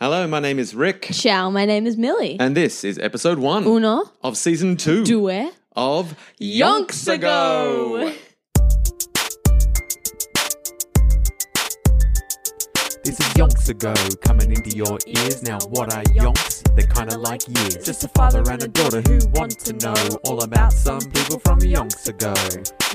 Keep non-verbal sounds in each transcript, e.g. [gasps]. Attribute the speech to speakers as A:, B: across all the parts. A: Hello, my name is Rick,
B: Ciao, my name is Millie.
A: and this is episode one
B: Uno,
A: of season two
B: due,
A: of
B: yonks ago.
C: This is yonks ago, coming into your ears. Now, what are yonks? They're kinda like years. Just a father and a daughter who want to know all about some people from yonks ago.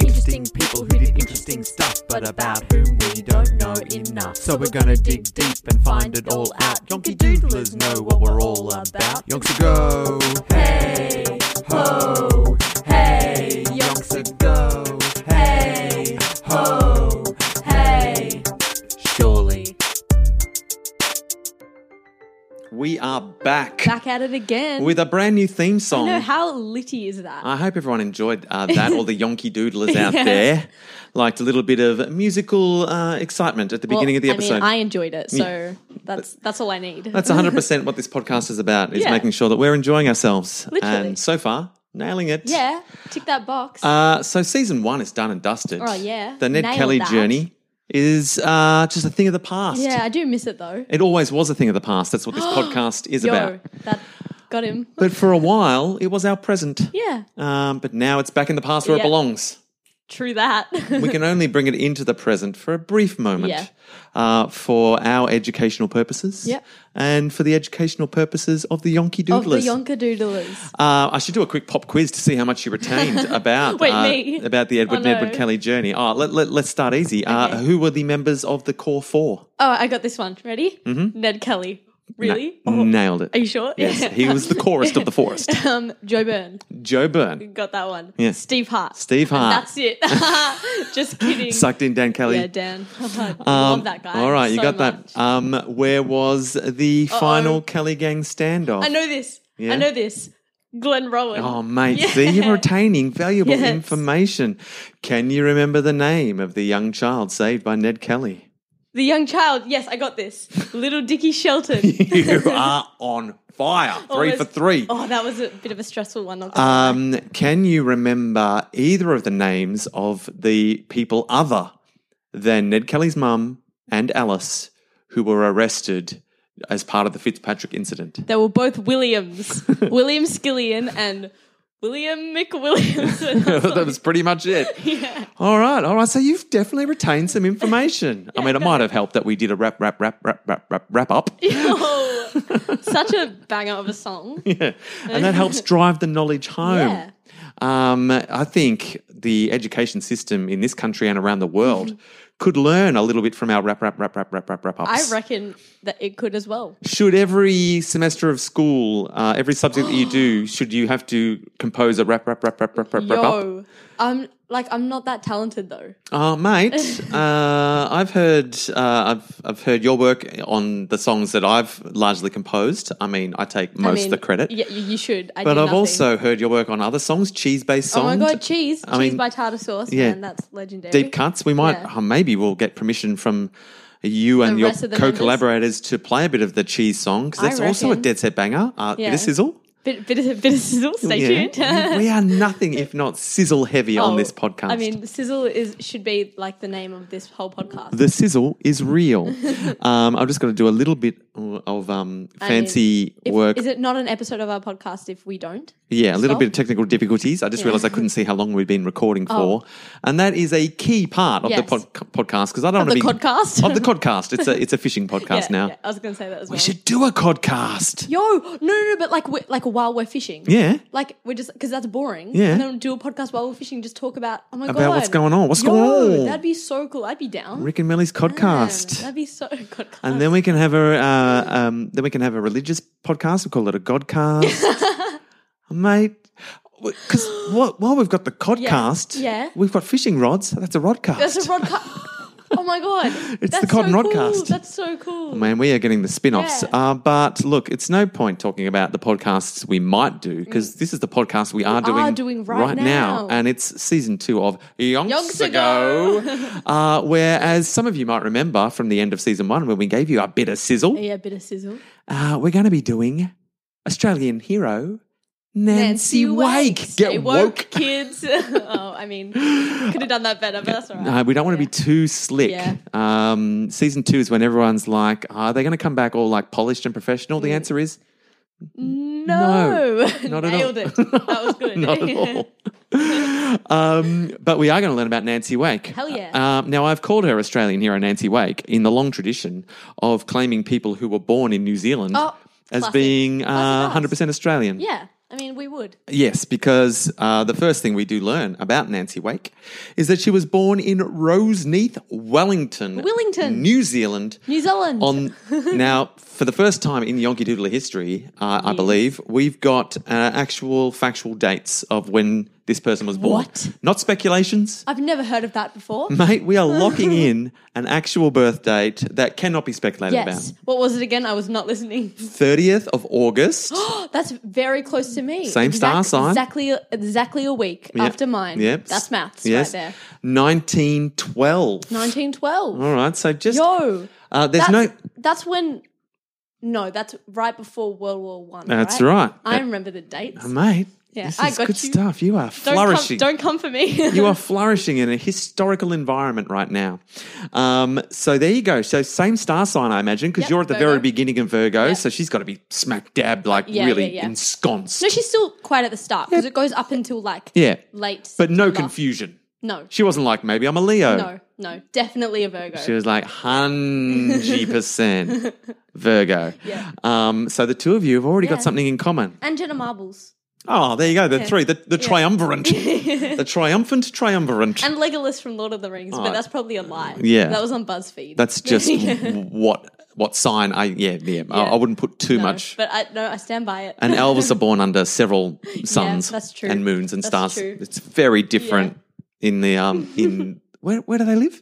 C: Interesting people who did interesting stuff, but about whom we don't know enough. So we're gonna dig deep and find it all out. Yonky doodlers know what we're all about. Yonks ago, hey ho, hey yonks ago, hey ho, hey. Surely.
A: We are back,
B: Back at it again.
A: with um, a brand new theme
B: I
A: song.
B: know, how litty is that?
A: I hope everyone enjoyed uh, that, all
B: [laughs]
A: the Yonky Doodlers out
B: Yeah.
A: there liked a little bit of musical uh, excitement at the
B: Well,
A: beginning of the episode.
B: I mean, I enjoyed it, so that's that's all I need. [laughs]
A: That's 100% what this podcast is about, is
B: Yeah.
A: making sure that we're enjoying ourselves.
B: Literally.
A: And so far, nailing it.
B: yeah, tick that box.
A: Uh, so season one is done and dusted.
B: Oh, yeah.
A: The Ned
B: Nailed
A: Kelly
B: that.
A: journey is uh, just a thing of the past.
B: yeah, I do miss it though.
A: It always was a thing of the past. That's
B: [gasps]
A: what this podcast is
B: Yo,
A: about.
B: that got him.
A: But for a while, it was our present.
B: Yeah,
A: Um, but now it's back in the past where
B: Yeah.
A: it belongs. [laughs]
B: true that.
A: We can only bring it into the present for a brief moment
B: Yeah.
A: uh, for our educational purposes
B: Yeah.
A: and for the educational purposes of the Yonky
B: of the
A: Doodlers.
B: Yonka Doodlers.
A: Uh, I should do a quick pop quiz to see how much you retained
B: [laughs]
A: about
B: Wait,
A: uh,
B: me?
A: about the Edward
B: Oh,
A: and
B: no.
A: Edward Kelly journey. Oh, let, let, let's start easy. Uh,
B: Okay.
A: who were the members of the core four?
B: Oh, I got this one. Ready? Mm-hmm. Ned Kelly. Really?
A: Na-
B: Oh,
A: Nailed it.
B: Are you sure?
A: Yes, he was
B: [laughs]
A: the chorus of the forest.
B: um, Joe Byrne.
A: Joe Byrne
B: Got that one.
A: Yeah.
B: Steve Hart.
A: Steve
B: And
A: Hart.
B: [laughs] That's it.
A: [laughs]
B: Just kidding. [laughs]
A: sucked in Dan Kelly.
B: Yeah, Dan. [laughs] Love that guy.
A: Um, All right, you
B: so
A: got
B: much.
A: that. Um, where was the final Kelly gang standoff?
B: I know this.
A: Yeah?
B: I know this. Glenn Rowan.
A: Oh, mate, see, you're retaining valuable
B: Yes.
A: information. Can you remember the name of the young child saved by Ned Kelly? [laughs]
B: The young child. Yes, I got this. Little Dickie Shelton.
A: [laughs]
B: [laughs]
A: you are on fire. Three
B: Almost-
A: for three.
B: Oh, that was a bit of a stressful one. not gonna lie.
A: Um, can you remember either of the names of the people other than Ned Kelly's mum and Alice who were arrested as part of the Fitzpatrick incident?
B: they were
A: [laughs]
B: both Williams. William Skillian and William
A: [laughs]
B: McWilliamson.
A: that was pretty much
B: [laughs]
A: it. All right, all right. So you've definitely retained some
B: [laughs]
A: information. I mean, it might have helped that we did a wrap, wrap, wrap, wrap, wrap, wrap, wrap up,
B: Oh, such a banger of a song.
A: and that helps drive the knowledge home.
B: Yeah.
A: Um, I think the education system in this country and around the world could learn a little bit from our wrap, wrap, wrap, wrap, wrap, wrap, wrap ups.
B: Mm-hmm. I reckon that it could as well.
A: should every semester of school, uh, every subject that you
B: [gasps]
A: do, should you have to compose a wrap, wrap, wrap, wrap, wrap, wrap, wrap up?
B: Yo, I'm like I'm not that talented though.
A: Oh, mate,
B: [laughs]
A: uh, I've heard, uh, I've, I've heard your work on the songs that I've largely composed. I mean, I take most
B: I mean,
A: of Oh, the credit,
B: Yeah, you, you should. I
A: but
B: do
A: I've
B: nothing.
A: also heard your work on other songs, cheese-based
B: Oh my
A: songs.
B: god, cheese!
A: I
B: cheese
A: mean,
B: by tartar sauce.
A: yeah.
B: man, that's legendary.
A: deep cuts. We might,
B: Yeah.
A: oh, maybe we'll get permission from you and your
B: rest of the
A: co-collaborators to play a bit of the cheese song because
B: I
A: that's also a
B: reckon.
A: dead set banger. Uh, Bit
B: Yeah.
A: of sizzle.
B: Bit, bit of bit of sizzle. Stay
A: Yeah.
B: tuned. [laughs]
A: we are nothing if not sizzle heavy on
B: Oh,
A: this podcast.
B: I mean, sizzle is should be like the name of this whole podcast.
A: the sizzle is real.
B: [laughs]
A: um, I'm just going to do a little bit of um, fancy
B: If-
A: work.
B: Is it not an episode of our podcast if we don't?
A: Yeah, a little
B: Stop.
A: bit of technical difficulties. I just realized I couldn't see how long we'd been recording
B: Oh.
A: for. And that is a key part of the
B: Yes.
A: pod- podcast because I don't want
B: the
A: to be.
B: podcast?
A: Of the podcast. It's a, it's a fishing podcast
B: [laughs] yeah,
A: now.
B: yeah, I was going to say that as well.
A: We should do a podcast.
B: Yo, no, no, no, but like, we're, like while we're fishing,
A: Yeah.
B: like we're just because that's boring.
A: Yeah.
B: and then do a podcast while we're fishing. Just talk about oh my god,
A: About what's going on. What's
B: Yo,
A: going on?
B: That'd be so cool. I'd be down.
A: Rick and Millie's podcast.
B: Man, that'd be so good.
A: and then we can have a uh, um, then we can have a religious podcast. We call it a godcast,
B: [laughs]
A: mate. Because while we've got the podcast,
B: Yeah.
A: we've got fishing rods. That's a rodcast.
B: That's a rodcast. oh my god!
A: It's the Oh
B: That's
A: Cotton
B: so Cool.
A: Rodcast.
B: That's so
A: [laughs]
B: cool.
A: Man, we are getting the spin-offs.
B: Yeah.
A: Uh, but look, it's no point talking about the podcasts we might do because this is the podcast we are doing,
B: Mm. doing right now.
A: and it's season two of Yonks,
B: Yonks
A: Ago.
B: Ago.
A: [laughs] uh, where, as some of you might remember from the end of season one, when we gave you a bit of sizzle,
B: Yeah, a bit of sizzle.
A: uh, we're going to be doing Australian hero Nancy, Wake.
B: Stay
A: Get woke.
B: kids. [laughs] oh, I mean, could have done that better, but that's all right.
A: No, we don't want to
B: Yeah.
A: be too slick.
B: Yeah.
A: Um, season two is when everyone's like, are they going to come back all like polished and professional? The answer
B: [laughs]
A: is
B: No,
A: not at all.
B: nailed it. That was
A: [laughs]
B: good.
A: Not at all. um, but we are going to learn about Nancy Wake.
B: Hell yeah.
A: Um, now, I've called her Australian hero Nancy Wake in the long tradition of claiming people who were born in New Zealand
B: Oh,
A: as
B: classic.
A: being uh,
B: Classic us.
A: 100% Australian.
B: yeah, I mean, we would.
A: Yes, because uh, the first thing we do learn about Nancy Wake is that she was born in Roseneath, Wellington,
B: Wellington.
A: New Zealand.
B: New Zealand.
A: On now, for the first time in Yonky Doodle history, uh, I believe we've got uh, actual factual dates of when this person was born.
B: What?
A: Not speculations,
B: [laughs] I've never heard of that before.
A: mate. We are
B: [laughs]
A: locking in an actual birth date that cannot be speculated
B: Yes. What was it again? I was not listening. [gasps]
A: about. Thirtieth of August.
B: That's very close to me.
A: Same star sign.
B: Exactly, exactly a week
A: Yep.
B: after mine.
A: Yep.
B: That's maths
A: Yes.
B: right there.
A: Nineteen twelve.
B: 1912.
A: All right, so just
B: Yo.
A: uh, Mm. there's
B: that's,
A: no.
B: that's when. No, that's right before World War One.
A: That's right.
B: I
A: Yeah.
B: remember the dates.
A: Mate,
B: Yeah,
A: this
B: I
A: is
B: got
A: good
B: you.
A: stuff. You are
B: Don't
A: flourishing.
B: Come, don't come for me.
A: [laughs] you are flourishing in a historical environment right now. Um, so there you go. So same star sign, I imagine, because
B: Yep,
A: you're at the
B: Virgo.
A: very beginning of Virgo.
B: Yep.
A: So she's got to be smack dab, like
B: Yeah,
A: really
B: yeah, yeah.
A: ensconced.
B: [laughs] no, she's still quite at the start because it goes up until like
A: yeah,
B: late.
A: but no
B: September.
A: confusion.
B: No,
A: She wasn't like maybe I'm a Leo.
B: no, no. Definitely a Virgo.
A: She was like hundred
B: [laughs]
A: percent Virgo.
B: Yeah.
A: Um, so the two of you have already
B: Yeah.
A: got something in common.
B: and Jenna Marbles
A: Oh, there you go. The
B: Yeah.
A: three, the, the
B: Yeah.
A: triumvirate,
B: [laughs]
A: the triumphant triumvirate.
B: and Legolas from Lord of the Rings,
A: Oh,
B: but that's probably a lie.
A: yeah.
B: that was on BuzzFeed. [laughs]
A: That's just
B: Yeah.
A: w- what what sign I yeah yeah, I, I wouldn't put too
B: No,
A: much.
B: [laughs] But I no, I stand by it.
A: and elves are born under
B: [laughs]
A: several suns
B: that's true.
A: and moons and
B: That's
A: stars.
B: true.
A: It's very different in the um
B: [laughs]
A: in where where do they live?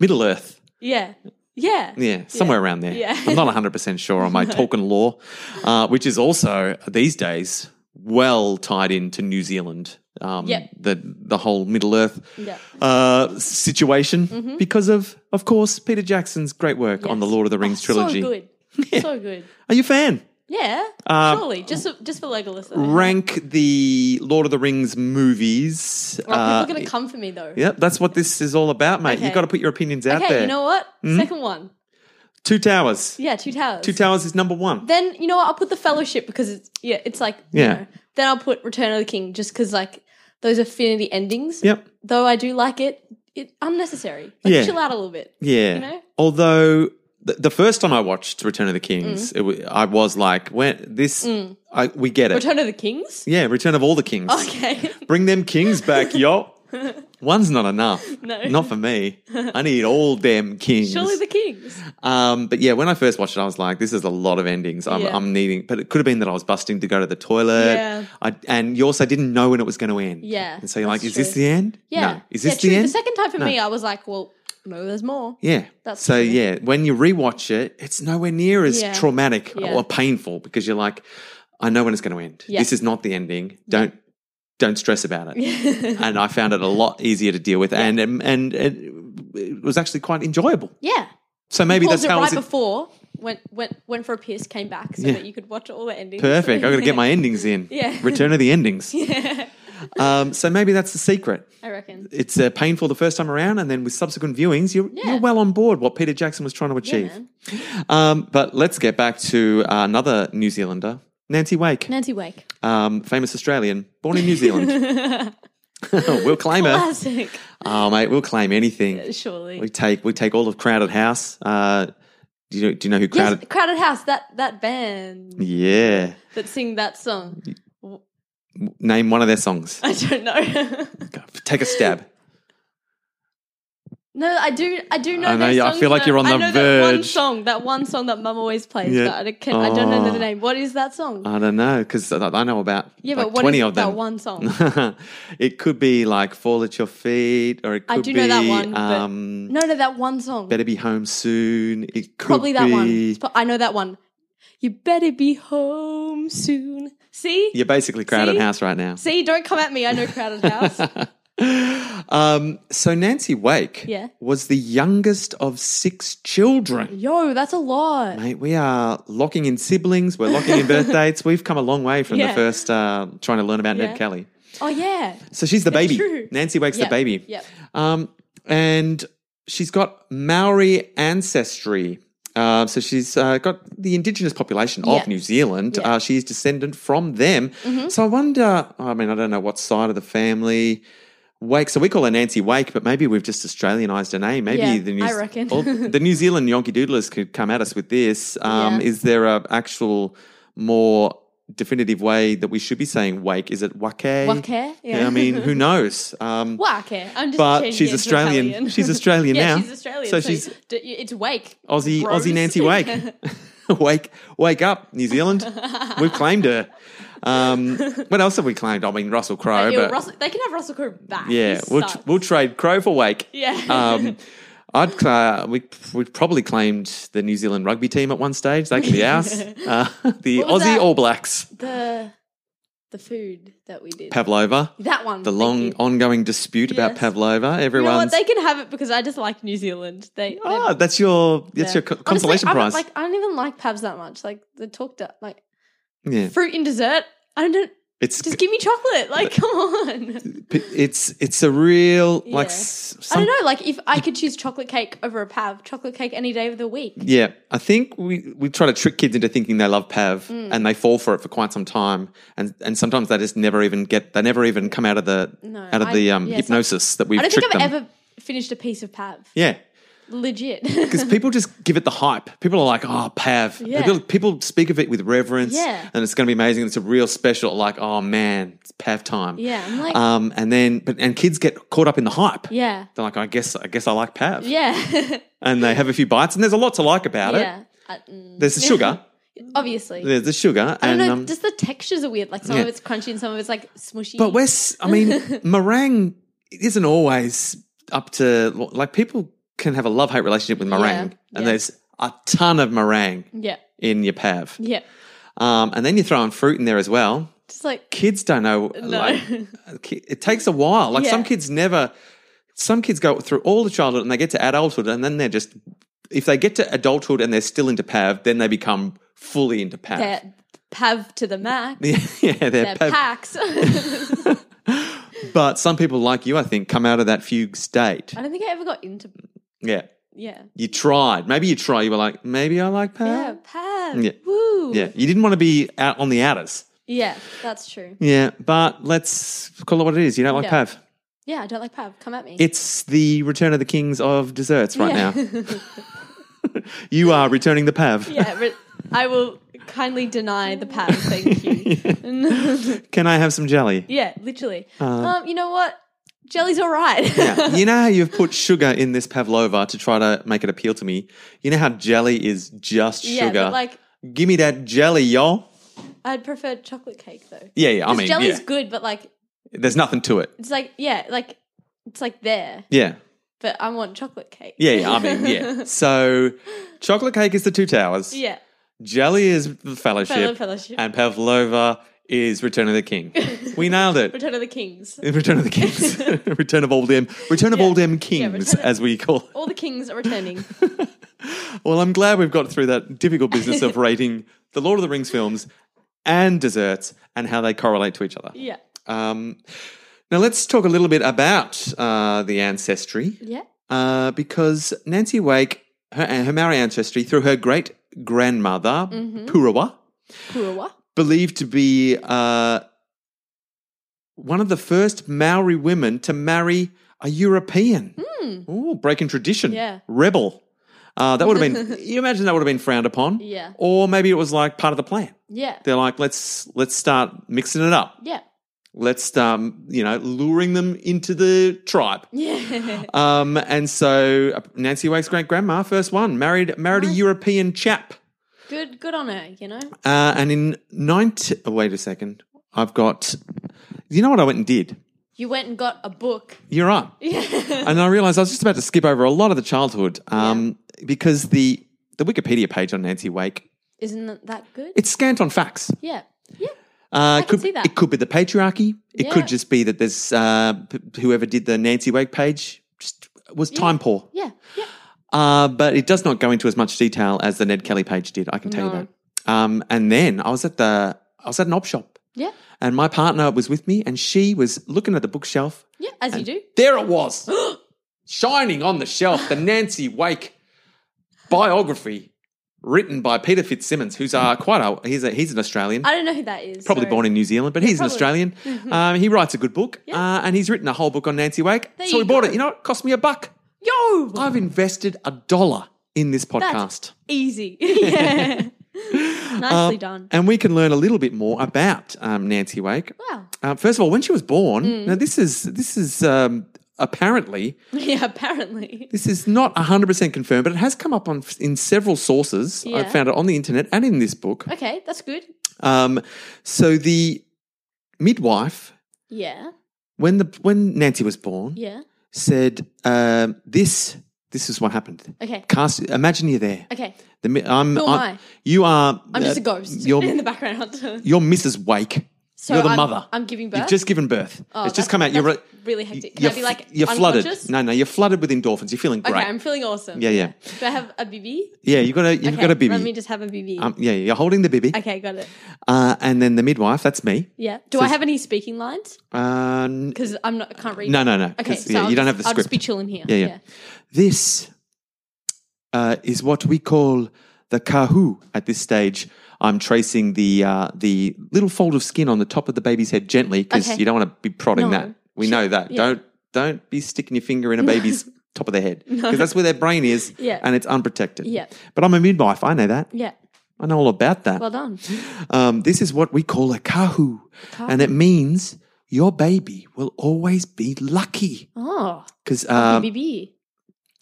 A: Middle Earth.
B: [laughs] yeah, yeah,
A: Yeah, somewhere around there.
B: Yeah.
A: I'm not 100% sure
B: [laughs]
A: on my Tolkien lore, uh, which is also these days well tied into New Zealand. Um,
B: Yep.
A: the the whole Middle Earth
B: Yep.
A: uh, situation because of of course Peter Jackson's great work on the
B: Mm-hmm. Yes. Oh,
A: Lord of the Rings trilogy.
B: So
A: [laughs]
B: good, so good.
A: Are you a fan?
B: Yeah,
A: Um,
B: surely just just for Legolas. Though.
A: Rank the Lord of the Rings movies.
B: Are
A: Uh,
B: people gonna come for me though?
A: Yep, that's what this is all about, mate.
B: Okay.
A: You've got to put your opinions out
B: Okay,
A: there.
B: you know what? Second one.
A: Two Towers.
B: Yeah, two towers.
A: Two Towers is number one.
B: Then you know what? I'll put the Fellowship because it's yeah, it's like you
A: Yeah.
B: know. Then I'll put Return of the King just because like those affinity endings.
A: Yep.
B: Though I do like it, it unnecessary. Like,
A: Yeah.
B: Chill out a little bit.
A: Yeah.
B: You know? Mm.
A: Although the, the first time I watched Return of the Kings, it wa- I was like, when this, I, we get it.
B: Return of the Kings.
A: yeah, Return of all the Kings.
B: [laughs]
A: [laughs]
B: Okay.
A: Bring them kings back,
B: [laughs]
A: yo. One's not enough.
B: No.
A: Not for me. I need all them kings.
B: Surely the Kings.
A: Um, but yeah, when I first watched it, I was like, "This is a lot of endings. I'm,
B: Yeah.
A: I'm needing." But it could have been that I was busting to go to the toilet.
B: Yeah.
A: I, and you also didn't know when it was going to end.
B: Yeah,
A: And so you're
B: that's
A: like, "Is
B: true.
A: this the end?
B: Yeah.
A: No. Is
B: Yeah,
A: this
B: true.
A: the end?
B: The second time for
A: No.
B: me, I was like, well, no, there's more.
A: yeah.
B: That's
A: so
B: true.
A: yeah, when you rewatch it, it's nowhere near as
B: Yeah.
A: traumatic
B: Yeah.
A: or painful because you're like, "I know when it's going to end.
B: Yeah.
A: This is not the ending. Don't don't stress about it." and I found it a lot easier to deal with, and and, and it, it was actually quite enjoyable.
B: [laughs] Yeah.
A: So maybe
B: Paused
A: that's
B: it
A: how
B: right
A: it's
B: before. Went went went for a piss, came back so that you could watch all the endings.
A: Perfect. I've got to get my endings in.
B: Yeah.
A: Return of the endings.
B: [laughs] yeah,
A: Um, so maybe that's the secret.
B: I reckon.
A: It's uh, painful the first time around, and then with subsequent viewings, you're,
B: Yeah.
A: you're well on board what Peter Jackson was trying to achieve.
B: man.
A: um, but let's get back to uh, another New Zealander, Nancy Wake,
B: Nancy Wake. [laughs]
A: um, famous Australian, born in New Zealand. [laughs] we'll claim her.
B: Classic.
A: Oh, mate, we'll claim
B: Uh,
A: anything.
B: Surely.
A: We take we take all of Crowded House. Uh, do you know, do you know who
B: Yes,
A: Crowded?
B: Crowded House, that that band
A: Yeah.
B: that sing that song.
A: Name one of their
B: [laughs]
A: songs.
B: I don't know. [laughs]
A: Go, Take a stab.
B: no, I do I do know
A: I know,
B: those
A: yeah, I
B: songs,
A: feel like
B: but
A: you're on
B: I
A: the
B: know that one
A: verge.
B: song, that one song that mum always plays,
A: Yeah.
B: but I don't, can, I don't know
A: Oh.
B: the name. What is that song?
A: I don't know because I I know about
B: yeah,
A: like
B: but what is
A: 20 of them.
B: that one song? [laughs]
A: [laughs] it could be like Fall at Your Feet, or it could
B: I do
A: be
B: know that one. but-
A: um,
B: no, no, that one song.
A: Better Be Home Soon. It could
B: Probably that
A: be,
B: one. It's pro- I know that one. You better be home soon. See?
A: You're basically crowded
B: See?
A: house right now. [laughs]
B: See, don't come at me. I know Crowded House.
A: [gasps] Um, so Nancy Wake
B: Yeah.
A: was the youngest of six children.
B: Yo, that's a lot.
A: Mate, we are locking in siblings. We're locking in
B: [laughs]
A: birth dates. We've come a long way from the
B: Yeah.
A: first uh, trying to learn about
B: Yeah.
A: Ned Kelly.
B: Oh yeah.
A: So she's the baby.
B: True.
A: Nancy Wake's
B: Yep.
A: the baby.
B: Yep.
A: Um, and she's got Maori ancestry. Uh, so she's uh, got the indigenous population of
B: Yeah.
A: New Zealand.
B: Yeah. Mm-hmm.
A: Uh, she's descendant from them. So I wonder, I mean, I don't know what side of the family. Wake, so we call her Nancy Wake, but maybe we've just Australianized her name. Maybe
B: Yeah,
A: the New
B: I reckon. [laughs]
A: all- the New Zealand Yonky Doodlers could come at us with this. Um,
B: Yeah.
A: Is there a actual more definitive way that we should be saying Wake? Is it Wake?
B: Wake?
A: Yeah.
B: Yeah.
A: I mean,
B: [laughs]
A: who knows? Um,
B: Wake. I'm just.
A: But
B: changing
A: she's
B: it to
A: Australian.
B: Italian. [laughs]
A: She's Australian
B: yeah,
A: now.
B: she's Australian.
A: So
B: So,
A: she's- Oh,
B: she's. D- it's Wake.
A: Aussie,
B: Gross.
A: Aussie Nancy Wake. [laughs] wake, wake up, New Zealand. We've claimed her. Um, what else have we claimed? I mean, Russell Crowe,
B: Ew,
A: but
B: Russell, they can have Russell Crowe back.
A: yeah,
B: He
A: we'll,
B: sucks.
A: we'll trade Crowe for Wake.
B: [laughs] Yeah.
A: Um, I'd cla we we probably claimed the New Zealand rugby team at one stage. They could be
B: [laughs]
A: ours. Uh, [laughs] the
B: What was
A: Aussie
B: that?
A: All Blacks.
B: [laughs] the the food that we did.
A: Pavlova.
B: that one.
A: The
B: thank
A: long
B: you.
A: ongoing dispute about
B: Yes.
A: Pavlova.
B: You know what?
A: Everyone's
B: They can have it because I just like New Zealand. They.
A: ah, that's your that's your co- consolation
B: Honestly,
A: prize.
B: I don't, like I don't even like Pabs that much. Like the talk to, like
A: yeah,
B: fruit in dessert. I don't
A: it's
B: just give me chocolate.
A: [laughs]
B: Like come on.
A: it's it's a real like
B: Yeah.
A: s-
B: I
A: some,
B: don't know. Like if I could choose chocolate cake over a Pav, chocolate cake any day of the week.
A: Yeah, I think we, we try to trick kids into thinking they love Pav,
B: Mm.
A: and they fall for it for quite some time, and and sometimes they just never even get they never even come out of the
B: No,
A: out of
B: I-
A: the um,
B: yeah,
A: hypnosis that we've
B: I don't think
A: tricked
B: I've
A: them.
B: ever finished a piece of Pav.
A: yeah,
B: Legit.
A: because people just give it the hype. People are like, "Oh, Pav."
B: Yeah.
A: People, people speak of it with reverence,
B: Yeah.
A: and it's going to be amazing. It's a real special. Like, oh man, it's Pav time.
B: Yeah, I'm like-
A: um, and then but and kids get caught up in the hype.
B: [laughs] yeah.
A: They're like, I guess I guess I like Pav,
B: Yeah.
A: and they have a few bites, and there's a lot to like about it.
B: yeah. I- mm,
A: There's the
B: [laughs]
A: sugar.
B: obviously.
A: There's the sugar,
B: I
A: and
B: don't know.
A: um,
B: just the textures are weird. Like some of
A: yeah.
B: it's crunchy and some of it's like smushy.
A: But we're, s- I
B: [laughs]
A: mean, meringue isn't always up to, like, people can have a love hate relationship with meringue,
B: Yeah,
A: and
B: yeah.
A: there's a ton of meringue
B: yeah,
A: in your pav.
B: yeah.
A: Um, and then you're throwing fruit in there as well.
B: Just like
A: Kids don't know,
B: No.
A: like, uh, ki- it takes a while. Like,
B: Yeah.
A: some kids never, some kids go through all the childhood and they get to adulthood, and then they're just, if they get to adulthood and they're still into pav, then they become fully into pav.
B: they're Pav to the max.
A: [laughs] yeah, they're,
B: They're
A: pav.
B: packs. [laughs] I
A: [laughs] But some people like you, I think, come out of that fugue state.
B: don't think I ever got into.
A: Yeah.
B: Yeah.
A: you tried. Maybe you tried. You were like, maybe I like
B: Yeah,
A: Pat.
B: Pav.
A: Yeah.
B: Woo.
A: Yeah. You didn't want to be out on the outers.
B: Yeah, that's true.
A: Yeah. But let's call it what it is. You don't like
B: Yeah.
A: Pav.
B: Yeah, I don't like Pav. Come at me.
A: It's the return of the kings of desserts right
B: yeah. [laughs]
A: now. You are returning the Pav.
B: yeah, but I will kindly deny the Pav. Thank
A: [laughs]
B: you.
A: Can I have some
B: [laughs]
A: jelly?
B: yeah, literally. um, you know what? Jelly's all right.
A: Yeah. You know how you've put sugar in this pavlova to try to make it appeal to me? You know how jelly is just sugar?
B: [laughs] Yeah, but like
A: Give me that jelly, y'all.
B: I'd prefer chocolate cake though.
A: Yeah, yeah. I mean,
B: jelly's
A: yeah.
B: good, but like
A: There's nothing to it.
B: it's like yeah, like it's like there,
A: Yeah.
B: but I want chocolate cake.
A: Yeah, yeah. I mean,
B: [laughs]
A: yeah. So chocolate cake is the two towers.
B: yeah.
A: Jelly is the fellowship,
B: Fellow fellowship.
A: and Pavlova is Return of the King. We nailed
B: [laughs]
A: it.
B: Return of the Kings.
A: Return of the
B: [laughs]
A: Kings. [laughs] Return of all them. Return of all them kings,
B: Return of-
A: as we call. It.
B: All the kings
A: [laughs]
B: are returning.
A: Well, I'm glad we've got through that difficult business of rating the Lord of the Rings films and desserts and how they correlate to each other.
B: yeah.
A: Um, now let's talk a little bit about uh, the ancestry.
B: Yeah.
A: Uh, because Nancy Wake, her, her Maori ancestry through her great grandmother Purawa.
B: Purawa.
A: believed to be uh, one of the first Maori women to marry a European. Ooh, breaking tradition.
B: Hmm. Yeah.
A: Rebel. Uh, that would have
B: [laughs]
A: been. you imagine that would have been frowned upon.
B: Yeah.
A: Or maybe it was like part of the plan.
B: Yeah.
A: They're like, let's let's start mixing it up.
B: Yeah.
A: Let's um, you know, luring them into the tribe.
B: Yeah. [laughs]
A: Um, and so uh, Nancy Wake's great grandma, first one, married married a European chap.
B: Good good on her, you know?
A: Uh, and in 90, oh, wait a second. I've got, you know what I went and did?
B: You went and got
A: [laughs]
B: a book.
A: You're right. and I realized I was just about to skip over a lot of the childhood um, because the, the Wikipedia page on Nancy Wake,
B: Isn't that good?
A: it's scant on facts.
B: Yeah. Yeah.
A: Uh,
B: can
A: could,
B: see that.
A: It could be the patriarchy. It
B: Yeah.
A: could just be that there's uh, p- whoever did the Nancy Wake page just was time poor.
B: Yeah. Yeah.
A: Uh, but it does not go into as much detail as the Ned Kelly page did. I can tell you
B: No.
A: that. Um, and then I was at the I was at an op shop,
B: Yeah.
A: and my partner was with me, and she was looking at the bookshelf.
B: Yeah. As you do.
A: There it
B: [gasps]
A: was, shining on the shelf, the Nancy Wake biography written by Peter Fitzsimmons, who's uh, quite a he's a he's an Australian
B: I don't know who that is.
A: probably
B: sorry.
A: born in New Zealand, but he's an
B: probably. Mm-hmm.
A: Australian. Um, he writes a good book,
B: Yeah.
A: uh, and he's written a whole book on Nancy Wake.
B: There
A: so we
B: you
A: bought
B: go.
A: it. You know, it cost me a buck.
B: Yo.
A: I've invested a dollar in this podcast, [laughs]
B: Easy. [laughs] yeah. Nicely
A: Um,
B: done. [laughs]
A: and we can learn a little bit more about um, Nancy Wake.
B: Wow. Hmm.
A: Uh, first of all, when she was born, now this is this is um, apparently
B: Yeah. Apparently.
A: this is not hundred percent confirmed, but it has come up on in several sources. I
B: Yeah.
A: found it on the internet and in this book.
B: Okay. That's good.
A: Um, so the midwife,
B: Yeah.
A: when the when Nancy was born,
B: Yeah.
A: said, um, "This, this is what happened.
B: Okay.
A: Cast, imagine you're there.
B: Okay.
A: The, mi- I'm,
B: Who am
A: I'm-
B: I?
A: You are.
B: I'm just
A: uh,
B: a ghost
A: You're,
B: [laughs] in the background.
A: you're Mrs. Wake.
B: so
A: you're the
B: I'm,
A: mother.
B: I'm giving birth.
A: You've just given birth.
B: Oh,
A: it's just
B: that's-
A: come out. You're,
B: that's
A: re-
B: really hectic. Can
A: you're
B: I be
A: f-
B: like
A: you're
B: unconscious?
A: flooded. No, no, you're flooded with endorphins. You're feeling
B: Okay,
A: great.
B: I'm feeling awesome.
A: Yeah, yeah.
B: Do I have a BB?
A: yeah, you've got a you've
B: okay,
A: got a
B: Let me
A: bibby.
B: just have a BB.
A: Um, yeah, you're holding the bibby.
B: okay, got it.
A: Uh, and then the midwife. That's me.
B: Yeah. Do I have any speaking lines?
A: Um,
B: Because I'm not. I can't read.
A: no, no, no.
B: Okay.
A: 'cause,
B: So
A: yeah,
B: I'll
A: you don't
B: just-
A: have the
B: I'll
A: script.
B: just be chilling here.
A: Yeah, yeah. This uh, is what we call the kahu at this stage. I'm tracing the uh, the little fold of skin on the top of the baby's head gently because
B: Okay.
A: you don't want to be prodding
B: No.
A: that. We know that.
B: yeah.
A: Don't don't be sticking your finger in a
B: [laughs]
A: baby's top of their head because that's where their brain is
B: Yeah.
A: and it's unprotected.
B: Yeah.
A: But I'm a midwife. I know that.
B: Yeah.
A: I know all about that.
B: Well done.
A: Um, this is what we call a kahu, and it means your baby will always be lucky
B: Oh,
A: because
B: BB.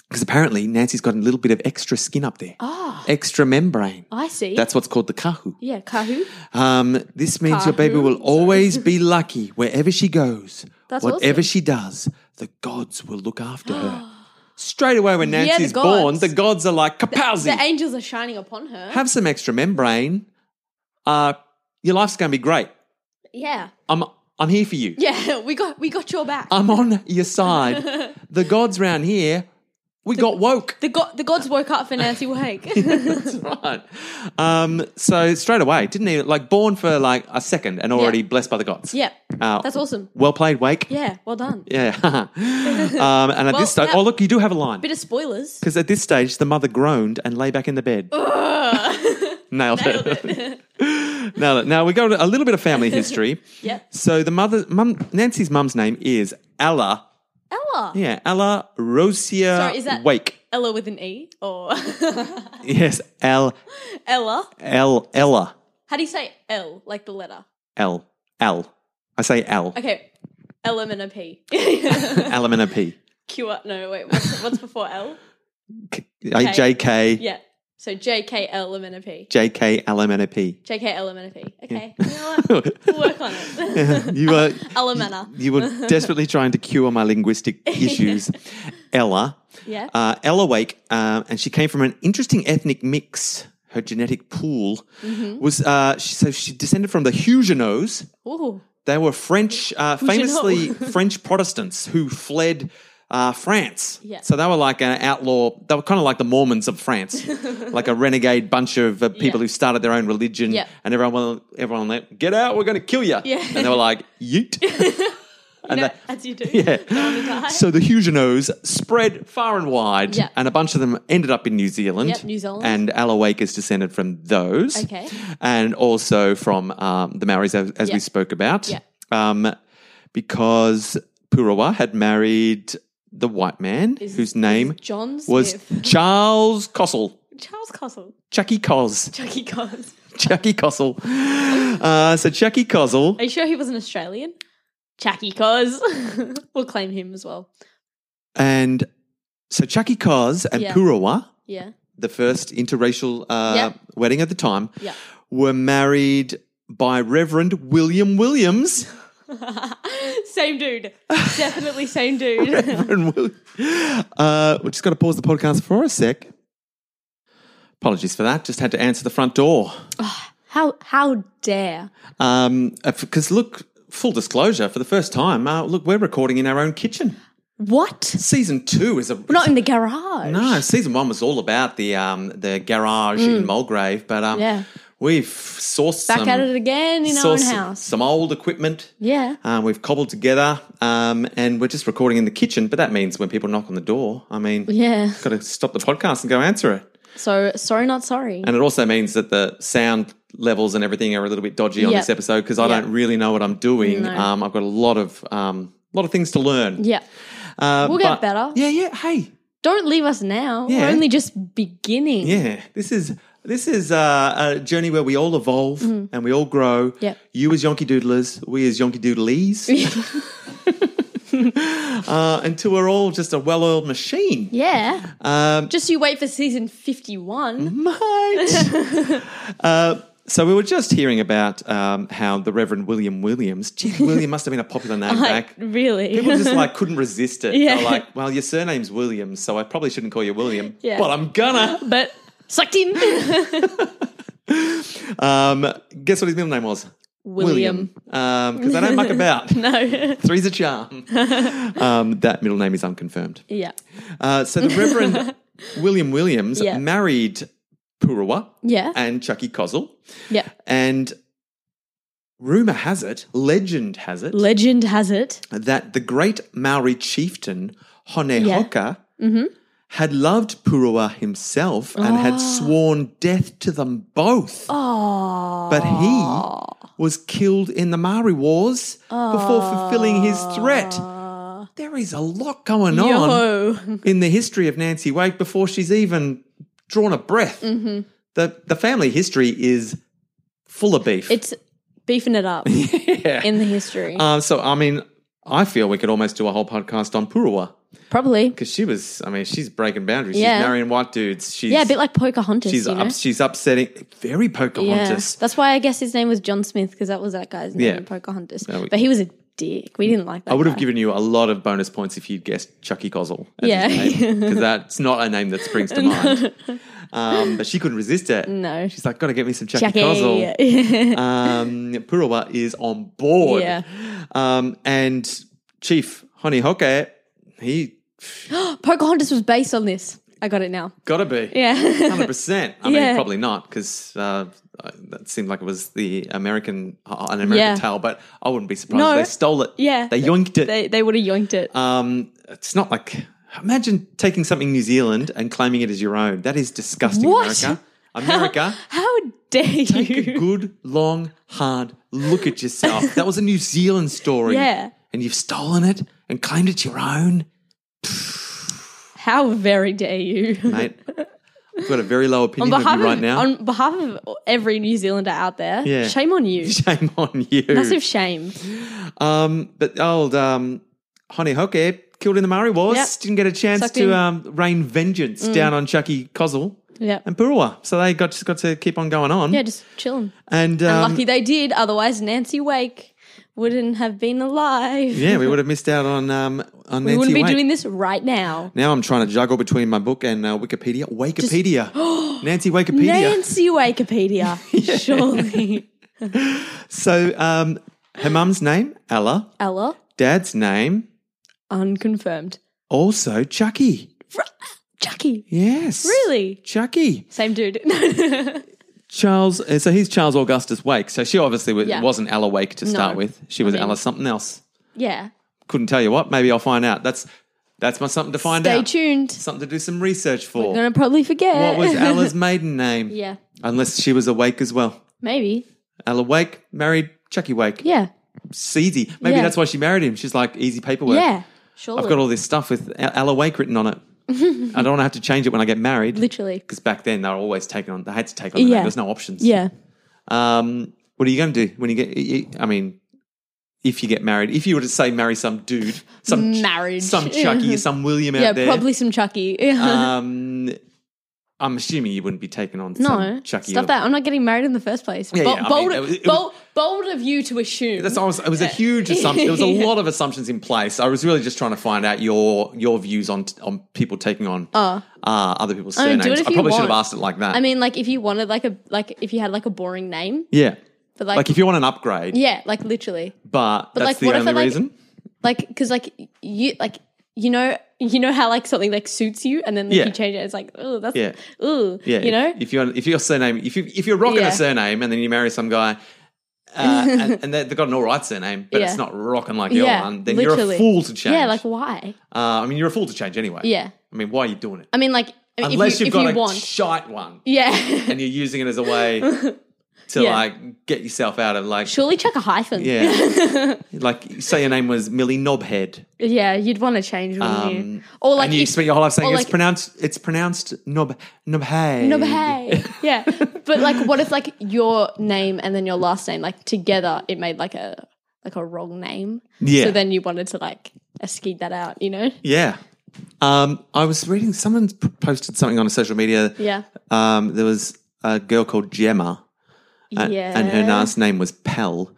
A: because apparently Nancy's got a little bit of extra skin up there,
B: Ah,
A: extra membrane.
B: I see.
A: That's what's called the kahu.
B: Oh, yeah, Kahu.
A: Um, this means your baby
B: Kahu?
A: will always be lucky wherever she goes.
B: [laughs] That's
A: Whatever
B: awesome.
A: she does, the gods will look after
B: [gasps]
A: her. Straight away when
B: Yeah, the
A: Nancy's
B: gods.
A: born, the gods are like, kapowzi,
B: The angels are shining upon her.
A: have some extra membrane. Uh, your life's going to be great.
B: yeah,
A: I'm, I'm here for you.
B: yeah. [laughs] We got we got your back.
A: I'm on your side.
B: [laughs]
A: the gods round here, we got woke.
B: the god the gods woke up for Nancy
A: [laughs]
B: Wake.
A: That's right. Um, so straight away, didn't even like born for like a second and already
B: Yeah.
A: blessed by the gods.
B: [laughs] yeah,
A: Uh,
B: that's awesome.
A: Well played, Wake.
B: Yeah, well done.
A: Yeah. [laughs] um, and at
B: Well,
A: this stage,
B: now-
A: oh look, you do have a line
B: Bit
A: [laughs]
B: of Oh, spoilers. [laughs]
A: because at this stage, the mother groaned and lay back in the bed. Nailed, it. [laughs] Nailed it. Now we go to a little bit of family
B: [laughs]
A: history.
B: Yeah.
A: So the mother, mum, Nancy's mum's name is Ella.
B: Ella.
A: Yeah, Ella Rosia
B: Sorry, is that-
A: Wake.
B: Ella with an E or [laughs]
A: Yes, L
B: Ella.
A: L Ella
B: How do you say L? Like the letter.
A: L L. I say L.
B: Okay. L M and
A: [laughs]
B: a P.
A: L M N O P.
B: Q R. No, wait. What's, what's before L?
A: Uh, JK,
B: Yeah. So J K L M N a P.
A: JK, [laughs] LMNOP.
B: J K L M N a P. Okay. You know what? We'll work on it.
A: [laughs] You were
B: Elemena.
A: you were desperately trying to cure my linguistic issues, Ella.
B: Yeah.
A: Uh, Ella Wake, um, and she came from an interesting ethnic mix. Her genetic pool was uh, she, so she descended from the Huguenots.
B: Ooh.
A: They were French,
B: [laughs]
A: uh,
B: Huguenot.
A: famously French Protestants who fled uh, France.
B: Yeah.
A: So they were like an outlaw. They were kind of like the Mormons of
B: [laughs]
A: France, like a renegade bunch of uh, people
B: Yeah.
A: who started their own religion.
B: Yeah.
A: And everyone, everyone, like, get out! We're going to kill you.
B: Yeah.
A: And they were like,
B: [laughs]
A: yeet.
B: You
A: and
B: know,
A: they-
B: as you do.
A: yeah.
B: Don't wanna die.
A: So the Huguenots spread far and wide,
B: Yeah.
A: and a bunch of them ended up in New Zealand.
B: Yep, New Zealand.
A: And Alawake is descended from those.
B: Okay.
A: And also from um, the Maoris, as, as
B: Yeah.
A: we spoke about.
B: Yeah.
A: Um, because Purawa had married the white man
B: Is-
A: whose name
B: John Smith.
A: was Charles Cossel.
B: Charles Cossel.
A: Chucky Cos.
B: Chucky Cos.
A: [laughs] Chucky Cossel. Uh, so Chucky Cossel.
B: Are you sure he was an Australian? Chucky Cos. [laughs] we'll claim him as well.
A: And so Chucky Cos and
B: Yeah.
A: Purawa.
B: Yeah.
A: the first interracial uh,
B: Yeah.
A: wedding at the time,
B: Yeah. [laughs]
A: were married by Reverend William Williams. [laughs]
B: same dude. Definitely same dude.
A: Reverend Will- uh, we just got to pause the podcast for a sec. Apologies for that. Just had to answer the front door.
B: How how dare?
A: Um, because look, full disclosure, for the first time, uh, look, we're recording in our own kitchen.
B: What?
A: Season two is a
B: We're not in the
A: [laughs]
B: garage.
A: no. Season one was all about the um the garage in Mulgrave, but um,
B: Mm. Yeah.
A: we've sourced
B: Back
A: some,
B: at it again in our own
A: sourced some-
B: house.
A: some old equipment.
B: yeah.
A: Um, we've cobbled together, um, and we're just recording in the kitchen. But that means when people knock on the door, I mean,
B: Yeah.
A: got to stop the podcast and go answer it.
B: So sorry, not sorry.
A: And it also means that the sound levels and everything are a little bit dodgy on
B: Yeah.
A: this episode because I
B: Yeah.
A: don't really know what I'm doing.
B: No.
A: Um, I've got a lot of um, lot of things to learn.
B: yeah.
A: Uh,
B: We'll get
A: but-
B: better.
A: Yeah, yeah. Hey,
B: Don't leave us now.
A: Yeah.
B: We're only just beginning.
A: yeah. This is this is uh, a journey where we all evolve and we all grow.
B: Mm-hmm. Yep.
A: You as Yonky Doodlers, we as Yonky
B: [laughs]
A: Doodlees. uh, until we're all just a well-oiled machine.
B: Yeah.
A: Um, Mm-hmm.
B: Just you wait for season 51.
A: mate.
B: [laughs]
A: uh, so we were just hearing about um, how the Reverend William Williams,
B: [laughs]
A: gee, William must have been a popular name back.
B: really?
A: People just like couldn't resist it.
B: Yeah.
A: They're like, well, your surname's Williams, so I probably shouldn't call you William,
B: Yeah.
A: but I'm gonna.
B: [laughs] but sucked in.
A: [laughs] Um, guess what his middle name was?
B: William. [laughs]
A: Because they don't muck about.
B: No.
A: Three's a
B: [laughs]
A: charm. um, that middle name is unconfirmed.
B: yeah.
A: Uh, so the
B: [laughs]
A: Reverend William Williams
B: Yeah.
A: married Purawa
B: Yeah.
A: and Chucky Kozel.
B: yeah.
A: And rumor has it, legend has it,
B: Legend has it.
A: that the great Maori chieftain Honehoka had loved Purua himself and had sworn death to them both.
B: Oh.
A: But he was killed in the Maori Wars before fulfilling his threat. There is a lot going on
B: Yo.
A: in the history of Nancy Wake before she's even drawn a breath. The, the family history is full of beef.
B: It's beefing it up
A: [laughs]
B: in
A: yeah.
B: the history.
A: Uh, so, I mean, I feel we could almost do a whole podcast on Purawa
B: Probably.
A: because she was, I mean, she's breaking boundaries.
B: Yeah.
A: She's marrying white dudes. She's,
B: Yeah, a bit like Pocahontas.
A: she's,
B: you know?
A: up, she's upsetting, very
B: Yeah.
A: Pocahontas.
B: That's why I guess his name was John Smith because that was that guy's name
A: Yeah.
B: in Pocahontas.
A: we-
B: but he was a dick. We didn't like that.
A: I would have
B: guy.
A: given you a lot of bonus points if you'd guessed Chucky Gozzle.
B: Yeah. [laughs]
A: Because that's not a name that springs to mind. Um, but she couldn't resist it.
B: No.
A: She's like, got to get me some Chucky,
B: Jackie.
A: Gozzle. um, Purawa is on board.
B: Yeah.
A: Um, and Chief Honehoke, he
B: [laughs] Pocahontas was based on this. I got it now. [laughs]
A: got to be.
B: Yeah.
A: Hundred percent. I mean,
B: Yeah.
A: probably not because uh, that seemed like it was the American uh, an American
B: Yeah.
A: tale, but I wouldn't be surprised.
B: No.
A: if They stole it.
B: Yeah.
A: they yoinked it.
B: they they would have yoinked it.
A: um, it's not like imagine taking something New Zealand and claiming it as your own. That is disgusting,
B: What?
A: America.
B: [laughs]
A: America,
B: How dare
A: take a
B: you? [laughs]
A: good, long, hard look at yourself. That was a New Zealand story.
B: Yeah.
A: and you've stolen it and claimed it's your own,
B: How very dare you?
A: mate. I've got a very low
B: on
A: opinion of
B: behalf
A: you right
B: of
A: now.
B: on behalf of every New Zealander out there,
A: Yeah.
B: shame on
A: [laughs]
B: you.
A: Shame on you.
B: Massive shame.
A: Um, but old um, Honey Hoke killed in the Maori Wars
B: Yep.
A: didn't get a chance
B: Sucked in. Mm.
A: to um, rain vengeance down on Chucky Kozel
B: Yeah.
A: and Purua. So they got just got to keep on going on.
B: Yeah, just chilling.
A: and um,
B: Lucky they did, otherwise Nancy Wake wouldn't have been alive.
A: yeah, we would have missed out on um, on
B: we
A: Nancy
B: wouldn't be
A: Wake.
B: doing this right now.
A: now I'm trying to juggle between my book and uh, Wikipedia. Wikipedia,
B: [gasps]
A: Nancy Wikipedia. [laughs]
B: Nancy Wikipedia, surely.
A: So um, her mum's name Ella,
B: Ella,
A: dad's name
B: unconfirmed.
A: also Chucky.
B: Fr- Chucky,
A: Yes,
B: really?
A: Chucky.
B: Same dude. [laughs]
A: Charles, uh, so he's Charles Augustus Wake. So she obviously was,
B: Yeah.
A: wasn't Ella Wake to start with. She was
B: mean-
A: Ella something else.
B: yeah.
A: Couldn't tell you what. Maybe I'll find out. That's that's my something to find
B: Stay
A: out.
B: tuned.
A: Something to do some research for.
B: Gonna probably forget.
A: What
B: [laughs]
A: was Ella's maiden name?
B: yeah,
A: Unless she was awake as well.
B: maybe.
A: Ella Wake married Chucky Wake.
B: Yeah,
A: It's easy. Maybe
B: Yeah.
A: that's why she married him. She's like easy paperwork.
B: yeah. Surely.
A: I've got all this stuff with E- Ella Wake written
B: [laughs]
A: on it. I don't want to have to change it when I get married.
B: Literally.
A: Because back then they were always taking on. They had to take on. The
B: Yeah.
A: name. There's no options.
B: Yeah.
A: Um, what are you going to do when you get? you- I mean, if you get married, if you were to say marry some dude, some ch-
B: Marriage. [laughs]
A: some Chucky, Uh, some William out
B: Yeah,
A: there,
B: probably some Chucky.
A: Um, I'm assuming you wouldn't be taking on
B: No,
A: some Chucky.
B: stop
A: or-
B: that. I'm not getting married in the first place.
A: Yeah,
B: Bo-
A: yeah, I
B: bold,
A: mean, it was- it
B: bold, bold of you to assume.
A: That's almost, it was
B: [laughs]
A: a huge assumption. There was a lot of assumptions in place. I was really just trying to find out your your views on on people taking on uh, other people's
B: Oh. I mean,
A: surnames.
B: do it if
A: I
B: you
A: probably should have
B: want.
A: asked it like that.
B: I mean, like if you wanted like a like if you had like a boring name,
A: yeah,
B: but
A: like,
B: like,
A: if you want an upgrade,
B: yeah, like literally,
A: but, that's
B: like,
A: the
B: what if
A: only
B: it, like-
A: reason.
B: like because like you like you know you know how like something like suits you and then like,
A: Yeah.
B: you change it. It's like oh that's
A: Yeah.
B: ooh
A: Yeah,
B: you know
A: if you if your surname if you if you're rocking
B: Yeah.
A: a surname and then you marry some guy. Uh, and,
B: [laughs]
A: and they- they've got an all right surname, but
B: Yeah.
A: it's not rocking like your
B: Yeah,
A: one. Then you're
B: literally.
A: a fool to change.
B: yeah like why
A: uh, I mean, you're a fool to change anyway.
B: yeah
A: I mean, why are you doing it?
B: I mean like I mean,
A: Unless
B: if you,
A: you've got
B: if
A: a
B: you want
A: shite one.
B: [laughs] yeah
A: and you're using it as a
B: [laughs]
A: way to
B: Yeah.
A: like get yourself out of
B: [laughs]
A: like
B: surely check a hyphen
A: yeah like say your name was millie knobhead
B: yeah you'd want to change wouldn't you or like
A: Um, and you
B: if-
A: spent your whole life saying
B: or,
A: it's
B: like-
A: pronounced it's pronounced knob knobhead [laughs]
B: No, but hey, yeah. But like, what if like your name and then your last name like together it made like a like a wrong name?
A: Yeah.
B: So then you wanted to like escape that out, you know?
A: yeah um i was reading someone p- posted something on social media
B: Yeah.
A: um there was a girl called gemma and,
B: yeah.
A: and her last name was pell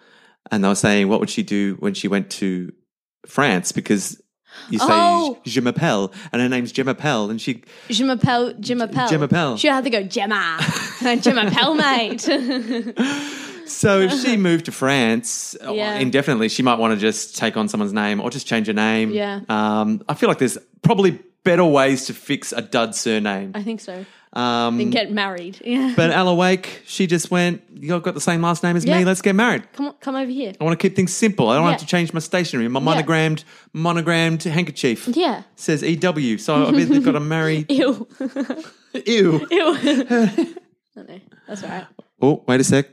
A: and they were saying what would she do when she went to france because you say
B: Oh.
A: Je m'appelle, and her name's Gemma Pell, and she
B: Je m'appelle. Je m'appelle.
A: Je m'appelle.
B: She had to
A: [laughs]
B: go Gemma. Je m'appelle, mate.
A: So if
B: [laughs]
A: she moved to France uh,
B: Yeah.
A: indefinitely, she might want to just take on someone's name or just change her name.
B: Yeah.
A: Um, I feel like there's probably better ways to fix a dud surname.
B: I think so.
A: Um,
B: And get married. Yeah.
A: but Ella Wake, she just went, You've got the same last name as
B: Yeah.
A: me, let's get married.
B: come on, come over here.
A: I want to keep things simple. I don't
B: Yeah.
A: have to change my stationery. My monogrammed monogrammed handkerchief
B: Yeah.
A: says EW. So I bet they've got to
B: [laughs]
A: marry.
B: Ew.
A: [laughs] Ew.
B: Ew. no, no, that's all right.
A: Oh, wait a sec.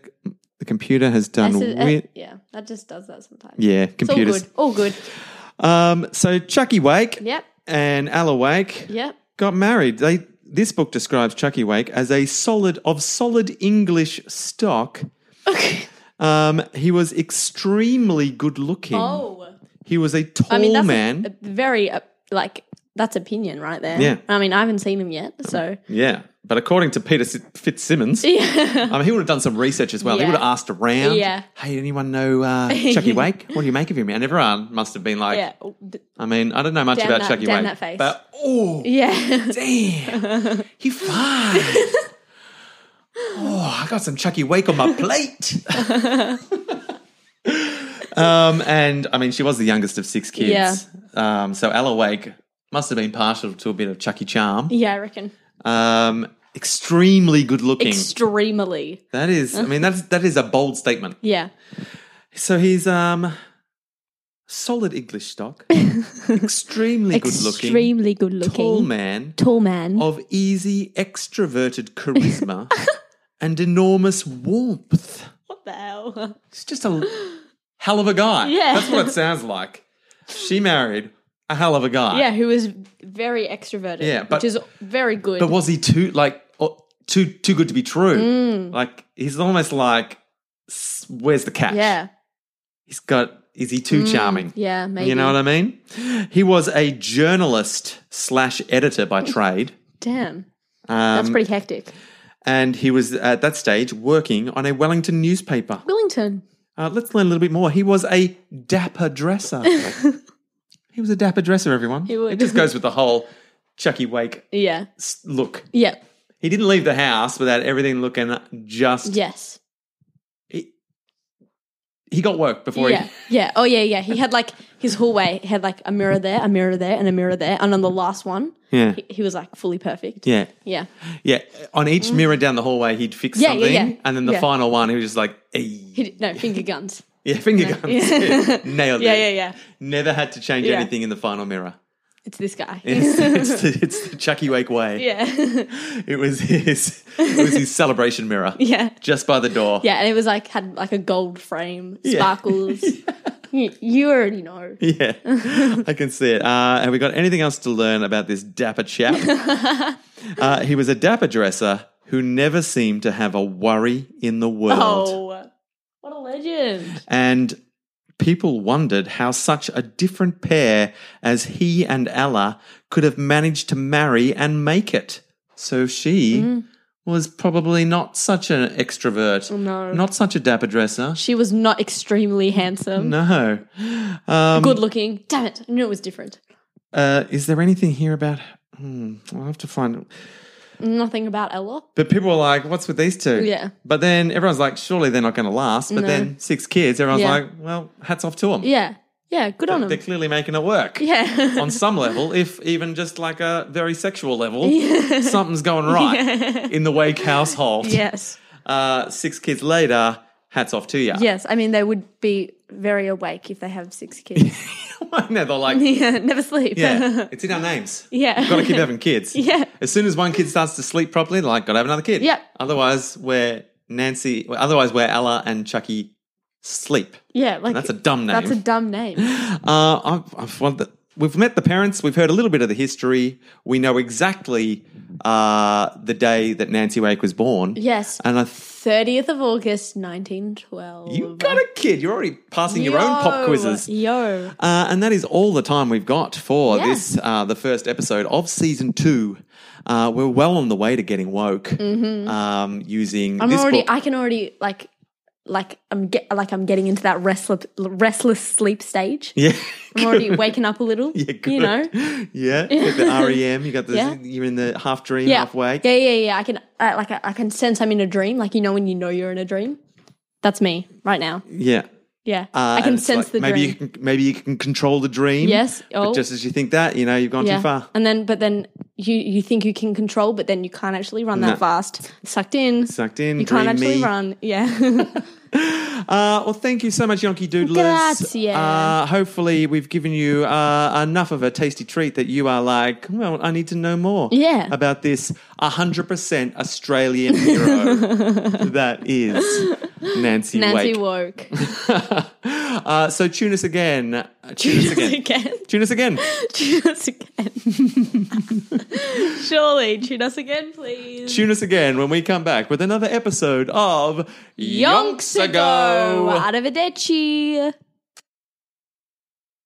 A: The computer has
B: I
A: done
B: said- I-
A: weird.
B: yeah, that just does that sometimes.
A: Yeah,
B: It's all
A: computers.
B: good. All good.
A: Um, so Chucky Wake
B: Yep.
A: and Ella Wake
B: Yep.
A: got married. They this book describes Chucky Wake as a solid of solid English stock.
B: Okay.
A: Um, he was extremely good looking.
B: Oh.
A: He was a tall
B: I mean, that's a-
A: Oh, man.
B: A, very uh, like that's opinion right there.
A: Yeah.
B: I mean, I haven't seen him yet, so
A: yeah, but according to Peter Si- Fitzsimmons,
B: [laughs] yeah.
A: I mean, he would have done some research as well.
B: Yeah.
A: He would have asked around.
B: Yeah.
A: Hey, anyone know uh,
B: [laughs]
A: Chucky Wake? What do you make of him? And everyone must have been like,
B: yeah. Oh, d-
A: I mean, I don't know much
B: Damn
A: about
B: that-
A: Chucky
B: damn
A: Wake,
B: that face.
A: but oh,
B: Yeah. [laughs]
A: Damn, he fine. oh, I got some Chucky Wake on my
B: [laughs]
A: plate. um, and I mean, she was the youngest of six kids.
B: Yeah.
A: Um, so Ella Wake must have been partial to a bit of Chucky charm.
B: yeah, I reckon.
A: Um, extremely good looking.
B: Extremely.
A: that is, I mean, that's that is a bold statement.
B: Yeah.
A: So he's um, solid English
B: [laughs]
A: stock, extremely good looking,
B: Extremely good looking.
A: tall man
B: Tall man.
A: of easy, extroverted
B: [laughs]
A: charisma and enormous warmth.
B: What the hell? [laughs]
A: It's just a hell of a guy.
B: Yeah.
A: That's what it sounds like. She married a hell of a guy.
B: Yeah, who is very extroverted.
A: Yeah, but-
B: which is very good.
A: But was he too like o- too too good to be true?
B: Mm.
A: Like he's almost like s- where's the catch?
B: yeah.
A: He's got is he too charming?
B: Mm, Yeah. Maybe.
A: You know what I mean? He was a journalist slash editor by
B: Mm.
A: trade.
B: Damn.
A: Um,
B: That's pretty hectic.
A: and he was at that stage working on a Wellington newspaper.
B: Willington.
A: Uh, let's learn a little bit more. He was a dapper dresser.
B: [laughs]
A: he was a dapper dresser, everyone.
B: He would.
A: It just goes with the whole Chucky Wake
B: Yeah.
A: s- look.
B: Yeah.
A: He didn't leave the house without everything looking just.
B: Yes.
A: He got work before
B: Yeah, yeah. Oh, yeah, yeah. He had like his hallway had like a mirror there, a mirror there, and a mirror there, and on the last one,
A: he. Yeah.
B: he, he was like fully perfect.
A: Yeah.
B: yeah,
A: Yeah. On each mirror down the hallway, he'd fix
B: Mm. Yeah, yeah,
A: something.
B: yeah.
A: And then the
B: Yeah.
A: final one, he was just like, "Ey."
B: He did, no finger guns.
A: yeah, finger guns.
B: [laughs] Yeah.
A: Nailed
B: Yeah,
A: it.
B: yeah, yeah.
A: Never had to change
B: Yeah.
A: anything in the final
B: [laughs]
A: mirror.
B: It's this guy.
A: It's, [laughs] it's, the, it's the Chucky Wake way.
B: [laughs] yeah, [laughs]
A: It was his. It was his celebration mirror.
B: yeah,
A: Just by the door.
B: yeah. And it was like had like a gold frame,
A: [laughs] Yeah.
B: sparkles. you, you already know.
A: [laughs] Yeah, I can see it. Uh, have we got anything else to learn about this dapper
B: [laughs]
A: chap? uh, he was a dapper dresser who never seemed to have a worry in the world.
B: Oh, what a legend!
A: And people wondered how such a different pair as he and Ella could have managed to marry and make it. So she
B: Mm.
A: was probably not such an extrovert,
B: Oh, No.
A: not such a dapper dresser.
B: She was not extremely handsome.
A: No. Um,
B: Good looking. Damn it. I knew it was different.
A: Uh, is there anything here about? Hmm, I'll have to find.
B: Nothing about Ella.
A: But people were like, "What's with these two?
B: Yeah.
A: But then everyone's like, "Surely they're not going to last." But
B: No.
A: then six kids, everyone's
B: Yeah.
A: like, "Well, hats off to them.
B: Yeah. Yeah. Good on
A: They're
B: him.
A: clearly making it work."
B: [laughs] Yeah.
A: on some level, if even just like a very sexual
B: [laughs]
A: level, something's going right in the Wake household.
B: yes.
A: Uh, six kids later, hats off to you. [laughs]
B: Yes. I mean, they would be very awake if they have
A: [laughs]
B: six kids.
A: no, they're like,
B: yeah. Never sleep.
A: yeah, it's in our names.
B: Yeah.
A: We've got to keep having kids.
B: [laughs] Yeah.
A: As soon as one kid starts to sleep properly, they're like, got to have another kid.
B: Yep.
A: Otherwise, we're Nancy, well, otherwise, we're Ella and Chucky sleep.
B: [laughs] Yeah, Like
A: That's a dumb name.
B: That's a dumb name.
A: Uh, I've, I've well, the, we've met the parents. We've heard a little bit of the history. We know exactly uh, the day that Nancy Wake was born.
B: Yes.
A: And I th-
B: Thirtieth of August, nineteen twelve.
A: you got a kid. You're already passing your own pop quizzes.
B: Yo.
A: Uh, and that is all the time we've got for
B: Yeah.
A: this, uh, the first episode of season two. Uh, we're well on the way to getting woke um, using
B: Mm-hmm. I'm
A: this
B: already.
A: book.
B: I can already like, like I'm get like I'm getting into that restless restless sleep
A: [laughs]
B: stage.
A: [laughs] yeah.
B: I'm already waking up a little.
A: [laughs] Yeah, good.
B: You know.
A: [laughs] yeah, you
B: [laughs]
A: got the REM. You got the
B: Yeah.
A: you're in the half dream,
B: Yeah.
A: half wake.
B: Yeah, yeah, yeah. I can I, like I, I can sense I'm in a dream. Like you know when you know you're in a dream. That's me right now.
A: yeah.
B: Yeah.
A: Uh,
B: I
A: and
B: can
A: it's
B: sense
A: like,
B: the
A: maybe
B: dream.
A: You can, maybe you can control the dream.
B: Yes,
A: But
B: oh.
A: just as you think that, you know, you've gone
B: yeah.
A: too far.
B: And then but then you you think you can control, but then you can't actually run
A: No.
B: that fast. Sucked in.
A: Sucked in.
B: You can't
A: dream me.
B: actually run.
A: [laughs]
B: Yeah.
A: Uh, well, thank you so much, Yonky Doodlers.
B: Grazie.
A: Uh, hopefully, we've given you uh, enough of a tasty treat that you are like, well, I need to know more
B: Yeah.
A: about this 100% Australian
B: [laughs]
A: hero that is Nancy,
B: Nancy
A: Wake. [laughs]
B: woke.
A: uh, so tune us again. Uh, Tune, us again.
B: [laughs] again.
A: Tune us again.
B: Tune [laughs] us again. Surely, tune us again, please.
A: Tune us again when we come back with another episode of
B: Yonks ago. Arrivederci.